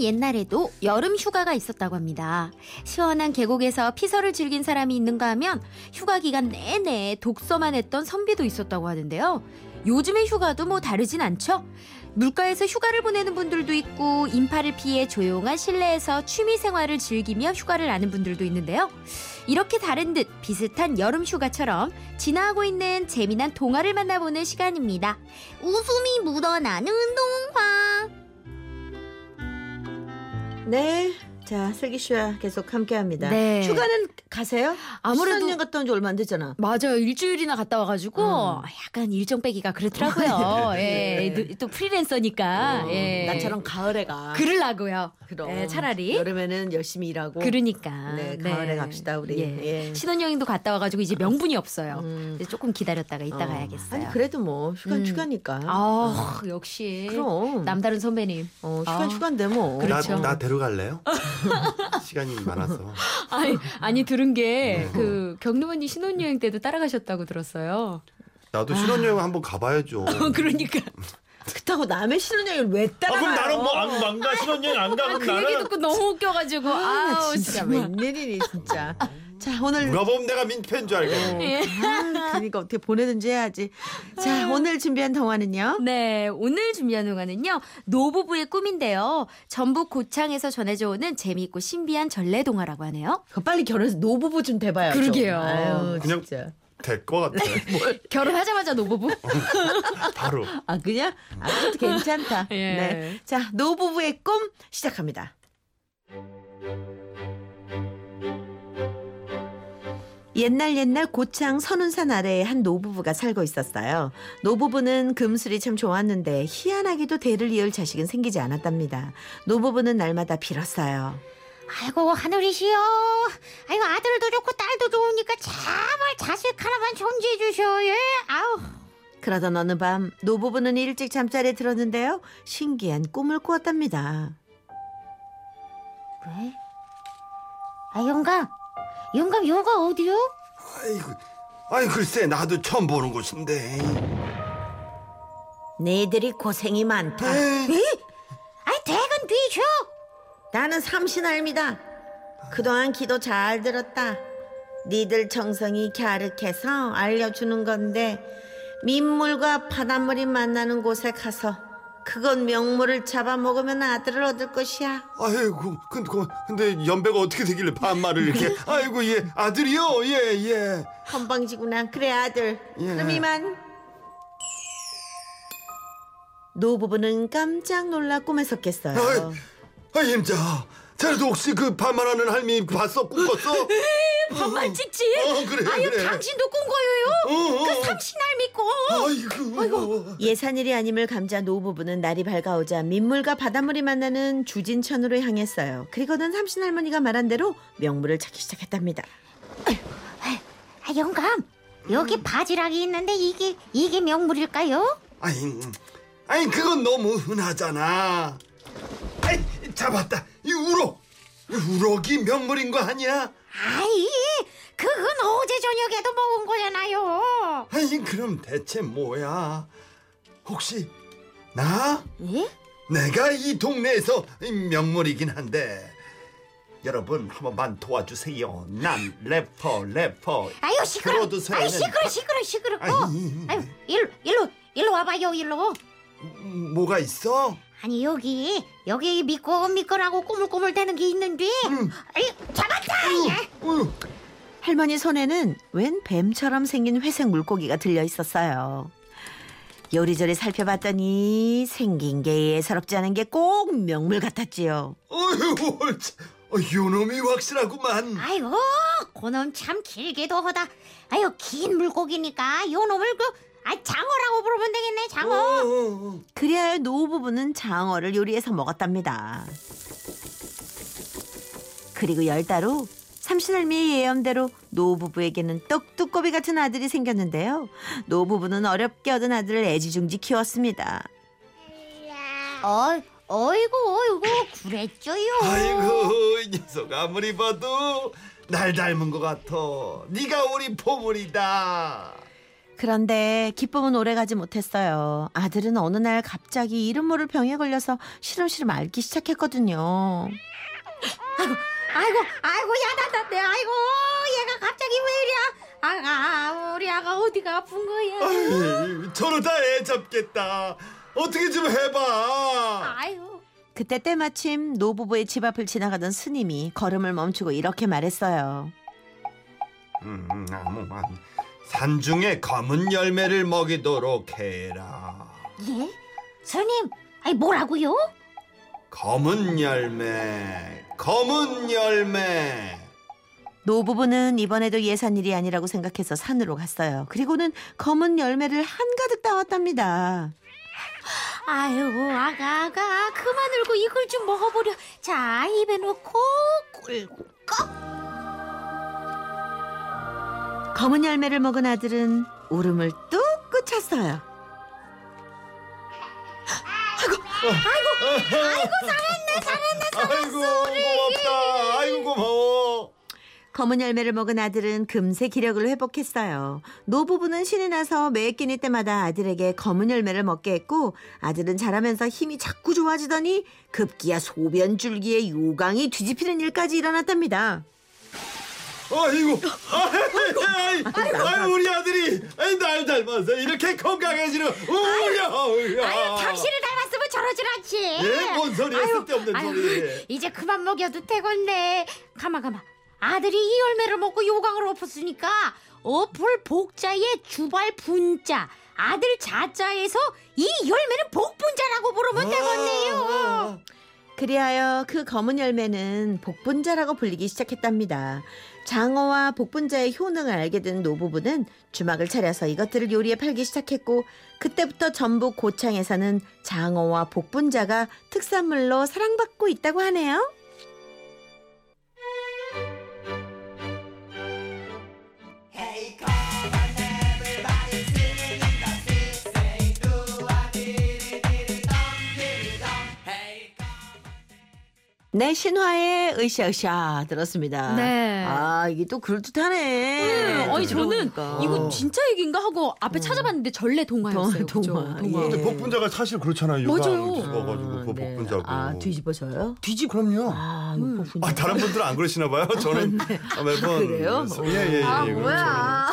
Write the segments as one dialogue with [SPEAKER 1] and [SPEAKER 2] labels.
[SPEAKER 1] 옛날에도 여름 휴가가 있었다고 합니다. 시원한 계곡에서 피서를 즐긴 사람이 있는가 하면 휴가 기간 내내 독서만 했던 선비도 있었다고 하는데요. 요즘의 휴가도 뭐 다르진 않죠? 물가에서 휴가를 보내는 분들도 있고 인파를 피해 조용한 실내에서 취미 생활을 즐기며 휴가를 나는 분들도 있는데요. 이렇게 다른 듯 비슷한 여름 휴가처럼 지나고 있는 재미난 동화를 만나보는 시간입니다. 웃음이 묻어나는 동화.
[SPEAKER 2] 네. 자, 슬기 씨와 계속 함께 합니다.
[SPEAKER 1] 네.
[SPEAKER 2] 휴가는 가세요?
[SPEAKER 1] 아무래도-
[SPEAKER 2] 수산여행 갔다 온 지 얼마 안 됐잖아.
[SPEAKER 1] 맞아요. 일주일이나 갔다 와가지고
[SPEAKER 2] 음.
[SPEAKER 1] 약간 일정 빼기가 그렇더라고요. 예,
[SPEAKER 2] 네.
[SPEAKER 1] 또 프리랜서니까.
[SPEAKER 2] 어,
[SPEAKER 1] 예.
[SPEAKER 2] 나처럼 가을에 가.
[SPEAKER 1] 그러려고요.
[SPEAKER 2] 그럼.
[SPEAKER 1] 예, 차라리.
[SPEAKER 2] 여름에는 열심히 일하고.
[SPEAKER 1] 그러니까.
[SPEAKER 2] 네, 가을에 갑시다, 우리.
[SPEAKER 1] 예.
[SPEAKER 2] 예.
[SPEAKER 1] 신혼여행도 갔다 와가지고 이제 명분이 없어요.
[SPEAKER 2] 음.
[SPEAKER 1] 그래서 조금 기다렸다가 이따
[SPEAKER 2] 어.
[SPEAKER 1] 가야겠어요.
[SPEAKER 2] 아니, 그래도 뭐, 휴가,
[SPEAKER 1] 음.
[SPEAKER 2] 는 휴가니까.
[SPEAKER 1] 아, 역시.
[SPEAKER 2] 그럼.
[SPEAKER 1] 남다른 선배님.
[SPEAKER 2] 어, 휴가,
[SPEAKER 1] 아.
[SPEAKER 2] 는 휴가인데 뭐.
[SPEAKER 1] 그래. 그렇죠.
[SPEAKER 3] 나, 나 데려갈래요? 시간이 많아서.
[SPEAKER 1] 아니, 아니 들은 게
[SPEAKER 3] 네.
[SPEAKER 1] 그 경림 언니 신혼여행 때도 따라가셨다고 들었어요.
[SPEAKER 3] 나도 신혼여행 한번 가봐야죠.
[SPEAKER 1] 어, 그러니까.
[SPEAKER 2] 그렇다고 남의 신혼여행을 왜 따라가요?
[SPEAKER 4] 아, 그럼 나는 뭐안가 신혼여행 안 가. 그럼
[SPEAKER 1] 그 얘기
[SPEAKER 4] 나는
[SPEAKER 1] 듣고 너무 웃겨가지고
[SPEAKER 2] 아,
[SPEAKER 1] 아우
[SPEAKER 2] 진짜
[SPEAKER 1] 진짜
[SPEAKER 2] 웬일이니, 진짜. 자, 오늘.
[SPEAKER 3] 누가 보면 내가 민폐인 줄 알겠네.
[SPEAKER 1] 예.
[SPEAKER 2] 아, 그러니까 어떻게 보내든지 해야지.
[SPEAKER 1] 아.
[SPEAKER 2] 자, 오늘 준비한 동화는요?
[SPEAKER 1] 네, 오늘 준비한 동화는요. 노부부의 꿈인데요. 전북 고창에서 전해져 오는 재미있고 신비한 전래 동화라고 하네요.
[SPEAKER 2] 그거 빨리 결혼해서 노부부 좀 돼봐요. 좀.
[SPEAKER 1] 그러게요.
[SPEAKER 2] 아유,
[SPEAKER 3] 그냥-
[SPEAKER 2] 진짜.
[SPEAKER 3] 될것
[SPEAKER 1] 네.
[SPEAKER 3] 같아. 뭐,
[SPEAKER 1] 결혼하자마자 노부부?
[SPEAKER 3] 바로.
[SPEAKER 2] 아 그냥 아 그것도 괜찮다.
[SPEAKER 1] 예.
[SPEAKER 2] 네. 자 노부부의 꿈 시작합니다. 옛날 옛날 고창 선운산 아래에 한 노부부가 살고 있었어요. 노부부는 금술이 참 좋았는데 희한하게도 대를 이을 자식은 생기지 않았답니다. 노부부는 날마다 빌었어요.
[SPEAKER 5] 아이고 하늘이시여 아이고 아들도 좋고 딸도 좋으니까 제발 자식 하나만 존재해 주셔 예 아우
[SPEAKER 2] 그러던 어느 밤 노부부는 일찍 잠자리에 들었는데요. 신기한 꿈을 꾸었답니다.
[SPEAKER 5] 왜? 아 영감 영감 여가 어디요?
[SPEAKER 3] 아이고, 아이 글쎄 나도 처음 보는 곳인데.
[SPEAKER 2] 네들이 고생이 많다.
[SPEAKER 1] 아, 네?
[SPEAKER 5] 아이 대근 뒤셔
[SPEAKER 2] 나는 삼신알미다. 그동안 기도 잘 들었다. 니들 정성이 갸륵해서 알려주는 건데 민물과 바닷물이 만나는 곳에 가서 그건 명물을 잡아먹으면 아들을 얻을 것이야.
[SPEAKER 3] 아이고, 근데, 그, 근데 연배가 어떻게 되길래 반말을 이렇게. 아이고, 예, 아들이요? 예, 예.
[SPEAKER 2] 건방지구나. 그래 아들.
[SPEAKER 3] 예.
[SPEAKER 2] 그럼 이만. 노부부는 깜짝 놀라 꿈에서 깼어요.
[SPEAKER 3] 아이, 아이, 임자. 자네도 혹시 그 반말하는 할미 봤어? 꿈꿨어?
[SPEAKER 1] 네, 반말 찍지?
[SPEAKER 3] 어, 그래,
[SPEAKER 1] 아유,
[SPEAKER 3] 그래.
[SPEAKER 1] 당신도 꾼 거예요?
[SPEAKER 3] 어, 어.
[SPEAKER 1] 그 삼신알 믿고.
[SPEAKER 3] 아이고. 아이고.
[SPEAKER 2] 예산일이 아님을 감지한 노부부는 날이 밝아오자 민물과 바닷물이 만나는 주진천으로 향했어요. 그리고는 삼신 할머니가 말한 대로 명물을 찾기 시작했답니다.
[SPEAKER 5] 아 영감 여기 바지락이 있는데 이게 이게 명물일까요?
[SPEAKER 3] 아이, 음. 아이 그건 너무 흔하잖아. 아이 잡았다. 이 우럭, 이 우럭이 명물인 거 아니야?
[SPEAKER 5] 아이 그건 어제 저녁에도 먹은 거잖아요
[SPEAKER 3] 아이 그럼 대체 뭐야? 혹시 나?
[SPEAKER 5] 예?
[SPEAKER 3] 내가 이 동네에서 명물이긴 한데 여러분 한번만 도와주세요. 난 래퍼 래퍼.
[SPEAKER 5] 아유 시끄러
[SPEAKER 3] 들어두세요.
[SPEAKER 5] 아이 시끄러 시끄러 시끄러
[SPEAKER 3] 아이,
[SPEAKER 5] 아유 음, 일로 일로 일로 와봐요 일로
[SPEAKER 3] 뭐가 있어?
[SPEAKER 5] 아니 여기 여기 미끌미끌하고 꾸물꾸물대는 게 있는데 아이, 잡았다 예.
[SPEAKER 3] 어휴,
[SPEAKER 2] 할머니 손에는 웬 뱀처럼 생긴 회색 물고기가 들려 있었어요. 요리조리 살펴봤더니 생긴 게 예사롭지 않은 게 꼭 명물 같았지요.
[SPEAKER 3] 어휴, 참. 어, 요놈이 확실하구만.
[SPEAKER 5] 아이고 그놈 참 길게도 하다 아유 긴 물고기니까 요놈을 그 아, 장어라고 부르면 되겠네 장어
[SPEAKER 3] 어.
[SPEAKER 2] 그래야 노부부는 장어를 요리해서 먹었답니다. 그리고 열 달 후 삼신할미의 예언대로 노부부에게는 떡두꺼비 같은 아들이 생겼는데요. 노부부는 어렵게 얻은 아들을 애지중지 키웠습니다.
[SPEAKER 5] 어이, 어이구 어이구 그랬죠요
[SPEAKER 3] 아이고 이 녀석 아무리 봐도 날 닮은 것 같아. 네가 우리 보물이다.
[SPEAKER 2] 그런데 기쁨은 오래가지 못했어요. 아들은 어느 날 갑자기 이름 모를 병에 걸려서 시름시름 앓기 시작했거든요.
[SPEAKER 5] 아이고 아이고 야단났네 아이고 얘가 갑자기 왜 이래 아가 우리 아가 어디가 아픈 거야
[SPEAKER 3] 아이, 저러다 애 잡겠다. 어떻게 좀 해봐.
[SPEAKER 5] 아이고
[SPEAKER 2] 그때 때마침 노부부의 집 앞을 지나가던 스님이 걸음을 멈추고 이렇게 말했어요.
[SPEAKER 3] 음, 음, 음. 산중에 검은 열매를 먹이도록 해라.
[SPEAKER 5] 예 스님 아이 뭐라고요
[SPEAKER 3] 검은 열매, 검은 열매.
[SPEAKER 2] 노부부는 이번에도 예산일이 아니라고 생각해서 산으로 갔어요. 그리고는 검은 열매를 한가득 따왔답니다.
[SPEAKER 5] 아이고 아가 아가 그만 울고 이걸 좀 먹어보려 자 입에 넣고 꿀고
[SPEAKER 2] 검은 열매를 먹은 아들은 울음을 뚝 그쳤어요.
[SPEAKER 3] 아이고 고맙다. 아이고 고마워.
[SPEAKER 2] 검은 열매를 먹은 아들은 금세 기력을 회복했어요. 노부부는 신이 나서 매 끼니 때마다 아들에게 검은 열매를 먹게 했고 아들은 자라면서 힘이 자꾸 좋아지더니 급기야 소변줄기에 요강이 뒤집히는 일까지 일어났답니다.
[SPEAKER 3] 어, 아이고, 아이고, 아이고, 아이고, 우리 아들이 아이, 날 닮아서 이렇게 건강해지는 우야, 우야.
[SPEAKER 5] 아유 당신을 닮았으면 저러질 않지
[SPEAKER 3] 어. 예, 뭔 소리야,
[SPEAKER 5] 아유,
[SPEAKER 3] 쓸데없는
[SPEAKER 5] 아유,
[SPEAKER 3] 소리.
[SPEAKER 5] 이제 그만 먹여도 되겠네 가만 가만 아들이 이 열매를 먹고 요강을 엎었으니까 어풀 복자에 주발 분자 아들 자자에서 이 열매는 복분자라고 부르면 되겠네요
[SPEAKER 2] 그리하여 그 검은 열매는 복분자라고 불리기 시작했답니다. 장어와 복분자의 효능을 알게 된 노부부는 주막을 차려서 이것들을 요리에 팔기 시작했고 그때부터 전북 고창에서는 장어와 복분자가 특산물로 사랑받고 있다고 하네요. 네, 신화의 으쌰으쌰 들었습니다.
[SPEAKER 1] 네. 음,
[SPEAKER 2] 아, 이게 또 그럴듯하네. 그러니까.
[SPEAKER 1] 아니
[SPEAKER 2] 또
[SPEAKER 1] 저는
[SPEAKER 2] 들어보니까. 어.
[SPEAKER 1] 이거 진짜 얘기인가 하고 앞에 찾아봤는데 전래 동화였어요. 그죠?
[SPEAKER 2] 동화,
[SPEAKER 1] 동화.
[SPEAKER 2] 예.
[SPEAKER 4] 근데 복분자가 사실 그렇잖아요. 요강
[SPEAKER 1] 맞아요.
[SPEAKER 4] 뒤집어가지고 그
[SPEAKER 2] 네.
[SPEAKER 4] 복분자고.
[SPEAKER 2] 아, 뒤집어져요?
[SPEAKER 4] 뒤지 그럼요.
[SPEAKER 2] 아, 이거 복분자.
[SPEAKER 4] 아 다른 분들은 안 그러시나 봐요. 저는 아, 매번
[SPEAKER 2] 그래요?
[SPEAKER 4] 예예예. 예,
[SPEAKER 1] 아,
[SPEAKER 4] 예, 그렇죠.
[SPEAKER 1] 뭐야.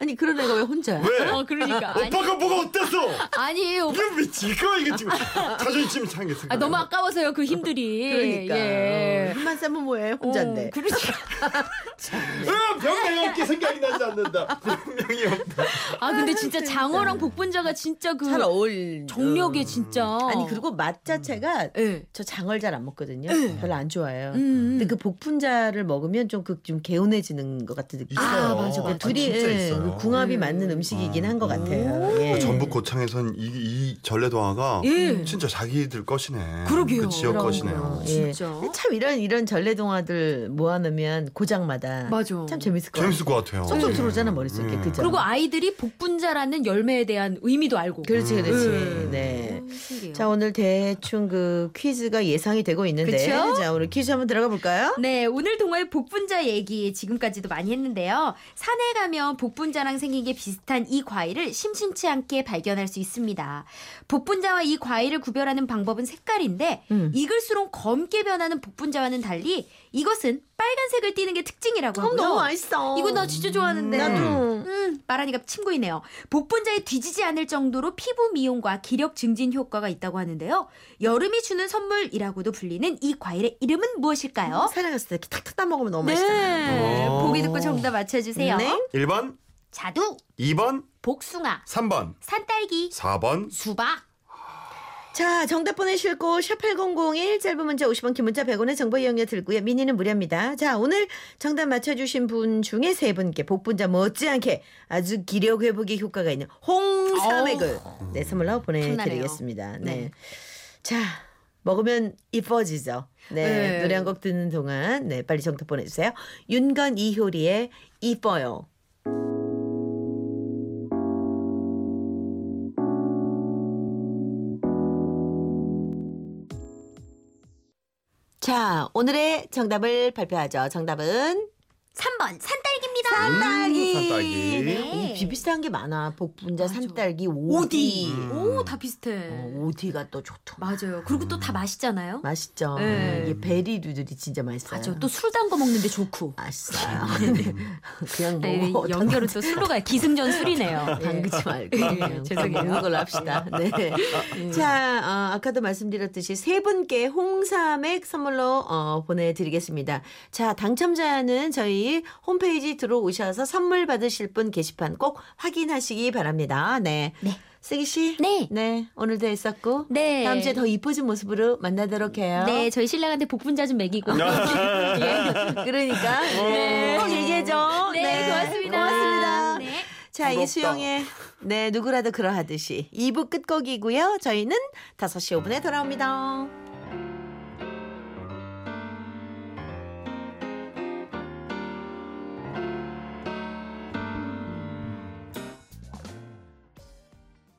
[SPEAKER 2] 아니, 그런 애가 왜 혼자야?
[SPEAKER 4] 왜?
[SPEAKER 1] 어 그러니까 아니
[SPEAKER 4] 오빠가 뭐가 어땠어?
[SPEAKER 1] 아니에요.
[SPEAKER 4] 이거 미치고 이게 지금 자존심 상했어.
[SPEAKER 1] 아, 너무 아까워서요 그 힘들이.
[SPEAKER 2] 그러니까
[SPEAKER 1] 예.
[SPEAKER 2] 힘만 세면 뭐해
[SPEAKER 1] 어,
[SPEAKER 2] 혼자인데
[SPEAKER 1] 그러니까.
[SPEAKER 4] 아, 병이 없게 생각이 나지 않는다. 병이 없다.
[SPEAKER 1] 아 근데 진짜 장어랑 복분자가 진짜 그
[SPEAKER 2] 잘 어울
[SPEAKER 1] 정력에 진짜.
[SPEAKER 2] 음. 아니 그리고 맛 자체가
[SPEAKER 1] 예.
[SPEAKER 2] 저 장어를 잘 안 먹거든요 별로 안 좋아해요
[SPEAKER 1] 음.
[SPEAKER 2] 근데 그 복분자를 먹으면 좀 그 좀 개운해지는 것 같은 느낌
[SPEAKER 4] 있어요.
[SPEAKER 1] 맞아, 맞아.
[SPEAKER 2] 둘이
[SPEAKER 4] 진짜
[SPEAKER 2] 예,
[SPEAKER 4] 있어요. 어, 뭐
[SPEAKER 2] 궁합이
[SPEAKER 1] 음.
[SPEAKER 2] 맞는 음식이긴 한 것 같아요 예.
[SPEAKER 4] 전북 고창에선 이, 이 전래동화가
[SPEAKER 2] 음,
[SPEAKER 1] 예.
[SPEAKER 4] 진짜 자기들 것이네.
[SPEAKER 1] 그러게요.
[SPEAKER 4] 그 지역
[SPEAKER 1] 그럼요.
[SPEAKER 4] 것이네요.
[SPEAKER 2] 예.
[SPEAKER 1] 진짜.
[SPEAKER 2] 참 이런 이런 전래동화들 모아놓으면 고장마다
[SPEAKER 1] 맞아.
[SPEAKER 2] 참 재밌을 것
[SPEAKER 4] 재밌을
[SPEAKER 2] 같아요
[SPEAKER 4] 것 같아요.
[SPEAKER 2] 쏙쏙
[SPEAKER 4] 예.
[SPEAKER 2] 들어오잖아 머릿속에
[SPEAKER 4] 음.
[SPEAKER 2] 그죠
[SPEAKER 1] 그리고 아이들이 복분자라는 열매에 대한 의미도 알고.
[SPEAKER 2] 그렇지 그렇지
[SPEAKER 1] 음.
[SPEAKER 2] 네
[SPEAKER 1] 신기해요.
[SPEAKER 2] 자 오늘 대충 그 퀴즈가 예상이 되고 있는데
[SPEAKER 1] 그쵸?
[SPEAKER 2] 자 오늘 퀴즈 한번 들어가 볼까요?
[SPEAKER 1] 네, 오늘 동화의 복분자 얘기 지금까지도 많이 했는데요. 산에 가면 복분자랑 생긴 게 비슷한 이 과일을 심심치 않게 발견할 수 있습니다. 복분자와 이 과일을 구별하는 방법은 색깔인데
[SPEAKER 2] 음.
[SPEAKER 1] 익을수록 검게 변하는 복분자와는 달리 이것은 빨간색을 띠는 게 특징이라고 하고요.
[SPEAKER 2] 맛있어.
[SPEAKER 1] 음,
[SPEAKER 2] 네.
[SPEAKER 1] 이거 나 진짜 좋아하는데.
[SPEAKER 2] 나도.
[SPEAKER 1] 음, 말하니까 친구이네요. 복분자에 뒤지지 않을 정도로 피부 미용과 기력 증진 효과가 있다고 하는데요. 여름이 주는 선물이라고도 불리는 이 과일의 이름은 무엇일까요?
[SPEAKER 2] 산에 갔을 때 이렇게 탁탁 따 먹으면 너무 맛있잖아.
[SPEAKER 1] 네.
[SPEAKER 4] 오.
[SPEAKER 1] 보기 듣고 정답 맞춰주세요.
[SPEAKER 2] 네.
[SPEAKER 4] 1번,
[SPEAKER 1] 자두,
[SPEAKER 4] 2번,
[SPEAKER 1] 복숭아,
[SPEAKER 4] 3번,
[SPEAKER 1] 산딸기,
[SPEAKER 4] 4번. 음,
[SPEAKER 1] 수박.
[SPEAKER 2] 자, 정답 보내실 곳 샵8001 짧은 문자 50원 긴 문자 100원의 정보 이용료 들고요. 미니는 무료입니다. 자, 오늘 정답 맞춰 주신 분 중에 세 분께 복분자 못지않게 아주 기력 회복에 효과가 있는 홍삼액을 네, 선물로 보내 드리겠습니다. 네.
[SPEAKER 1] 네.
[SPEAKER 2] 자, 먹으면 이뻐지죠. 네,
[SPEAKER 1] 네.
[SPEAKER 2] 노래 한 곡 듣는 동안 네, 빨리 정답 보내 주세요. 윤건 이효리의 이뻐요. 자, 오늘의 정답을 발표하죠. 정답은
[SPEAKER 1] 3번 산딸기입니다.
[SPEAKER 2] 산딸기.
[SPEAKER 4] 산딸기.
[SPEAKER 1] 네.
[SPEAKER 2] 비비슷한 게 많아. 복분자,
[SPEAKER 1] 맞아.
[SPEAKER 2] 산딸기, 오디.
[SPEAKER 1] 오디.
[SPEAKER 4] 음.
[SPEAKER 1] 오 다 비슷해.
[SPEAKER 2] 어, 오디가 또 좋더만.
[SPEAKER 1] 맞아요. 그리고 또 다 맛있잖아요.
[SPEAKER 2] 맛있죠.
[SPEAKER 1] 네.
[SPEAKER 2] 이게 베리류들이 진짜 맛있어요.
[SPEAKER 1] 맞아. 또 술 담궈 먹는데 좋고.
[SPEAKER 2] 맛있어요. 그냥
[SPEAKER 1] 네, 에이,
[SPEAKER 2] 먹어.
[SPEAKER 1] 연결은 또 술로 가요. 기승전 술이네요. 예.
[SPEAKER 2] 담그지 말고 그냥
[SPEAKER 1] 죄송해요. 예.
[SPEAKER 2] 먹는 걸로 합시다. 네. 자, 어, 아까도 말씀드렸듯이 세 분께 홍삼액 선물로 어, 보내드리겠습니다. 자, 당첨자는 저희 홈페이지 들어오셔서 선물 받으실 분 게시판 꼭 확인하시기 바랍니다. 네.
[SPEAKER 1] 네.
[SPEAKER 2] 슬기 씨.
[SPEAKER 1] 네.
[SPEAKER 2] 오늘도 했었고.
[SPEAKER 1] 네.
[SPEAKER 2] 다음 주에 더 이뻐진 모습으로 만나도록 해요.
[SPEAKER 1] 네, 저희 신랑한테 복분자 좀 먹이고.
[SPEAKER 2] 예, 그러니까
[SPEAKER 1] 어.
[SPEAKER 2] 네. 꼭 얘기해줘.
[SPEAKER 1] 네, 고맙습니다.
[SPEAKER 2] 고맙습니다.
[SPEAKER 1] 네.
[SPEAKER 2] 자, 이수영의 네 누구라도 그러하듯이 2부 끝곡이고요. 저희는 5시 5분에 돌아옵니다.